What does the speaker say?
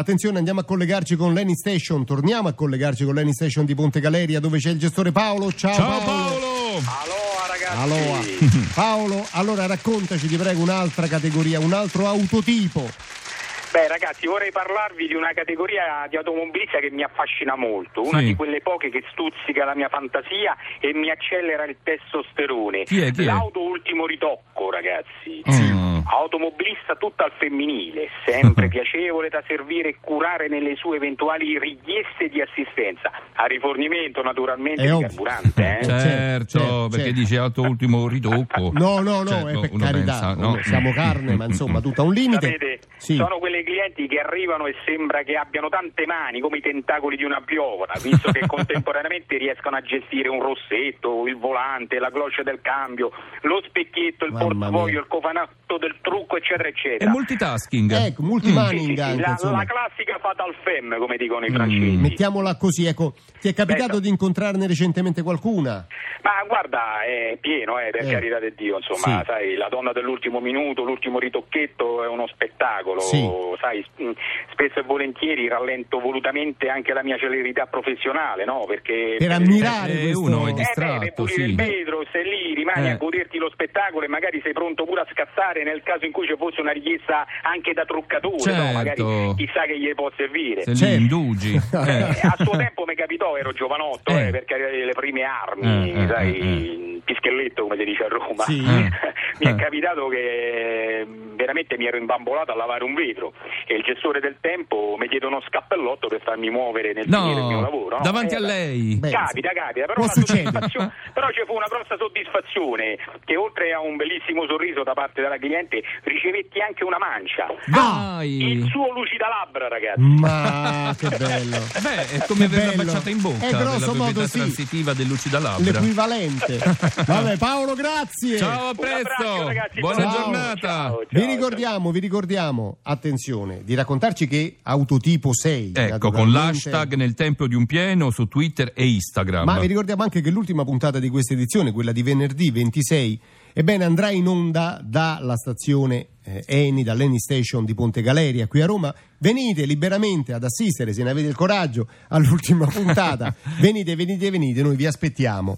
Attenzione, andiamo a collegarci con l'Eni Station, torniamo a collegarci con l'Eni Station di Ponte Galeria dove c'è il gestore Paolo. Ciao, Ciao Paolo. Paolo! Allora ragazzi, Allora, Paolo, allora raccontaci ti prego un'altra categoria, un altro autotipo. beh ragazzi vorrei parlarvi di una categoria di automobilista che mi affascina molto, una Sì. di quelle poche che stuzzica la mia fantasia e mi accelera il testosterone. Chi è, chi è? L'auto ultimo ritocco ragazzi. Mm. Automobilista tutta al femminile, sempre piacevole da servire e curare nelle sue eventuali richieste di assistenza, a rifornimento naturalmente È di ovvio. carburante. Certo, Eh? certo, perché certo. dice alto ultimo ritocco. No, no, no, Certo, è per uno carità, pensa, no? Mm, siamo carne, ma insomma tutto a un limite. Sapete, Sì. sono quelle clienti che arrivano e sembra che abbiano tante mani come i tentacoli di una piovana, visto che contemporaneamente riescono a gestire un rossetto, il volante, la cloche del cambio, lo specchietto, il Mamma mia. portafoglio, il cofanetto del trucco, eccetera, È eccetera. multitasking. Ecco, Sì, sì, multimanning sì, anche, la, insomma. la classica fatal femme, come dicono i Mm. francesi. Mettiamola così, ecco, ti è capitato Beh, di incontrarne recentemente qualcuna? Ma guarda, è pieno, eh, per Eh. carità di Dio, insomma, Sì. sai, la donna dell'ultimo minuto, l'ultimo ritocchetto è uno spettacolo, Sì. sai, s- mh, spesso e volentieri rallento volutamente anche la mia celerità professionale, no? Perché... Per ammirare eh, questo... uno è Eh, beh, per Distratto, pulire sì. il vetro, sei lì, rimani Eh. a goderti lo spettacolo e magari sei pronto pure a scassare nel caso in cui ci fosse una richiesta anche da truccatore, no? Certo. Magari chissà che gli può servire. Se li Certo. indugi. Eh, Eh. a suo tempo mi capitò, ero giovanotto, Eh. eh, perché avevo le prime armi, Eh, eh, sai, eh, pischelletto come si dice a Roma. Sì. Eh. mi Eh. è capitato che mm, veramente mi ero imbambolato a lavare un vetro e il gestore del tempo mi diede uno scappellotto per farmi muovere nel finire il mio lavoro. No, no? davanti Eh, a lei. Beh, Capita, capita, però, può la succedere. soddisfazione- però ci fu una grossa soddisfazione che oltre a un bellissimo sorriso da parte della cliente ricevetti anche una mancia. Il Vai! suo lucida labbra, ragazzi. Ma che bello! Eh, Beh, è come Che averla bello. baciata in bocca Eh, della grosso proprietà modo sì. transitiva del lucida labbra. L'equivalente. Vabbè, Paolo, grazie. Ciao, a Un abbraccio, presto! ragazzi, Buona ciao. giornata! Ciao, ciao, Vi ciao. ricordiamo, vi ricordiamo, attenzione, di raccontarci che autotipo sei. Ecco, con naturalmente. l'hashtag nel tempo di un pieno su Twitter e Instagram. Ma vi ricordiamo anche che l'ultima puntata di questa edizione, quella di venerdì 26, ebbene andrà in onda dalla stazione eh, Eni, dall'Eni Station di Ponte Galeria qui a Roma. Venite liberamente ad assistere, se ne avete il coraggio, all'ultima puntata. venite, venite, venite, noi vi aspettiamo.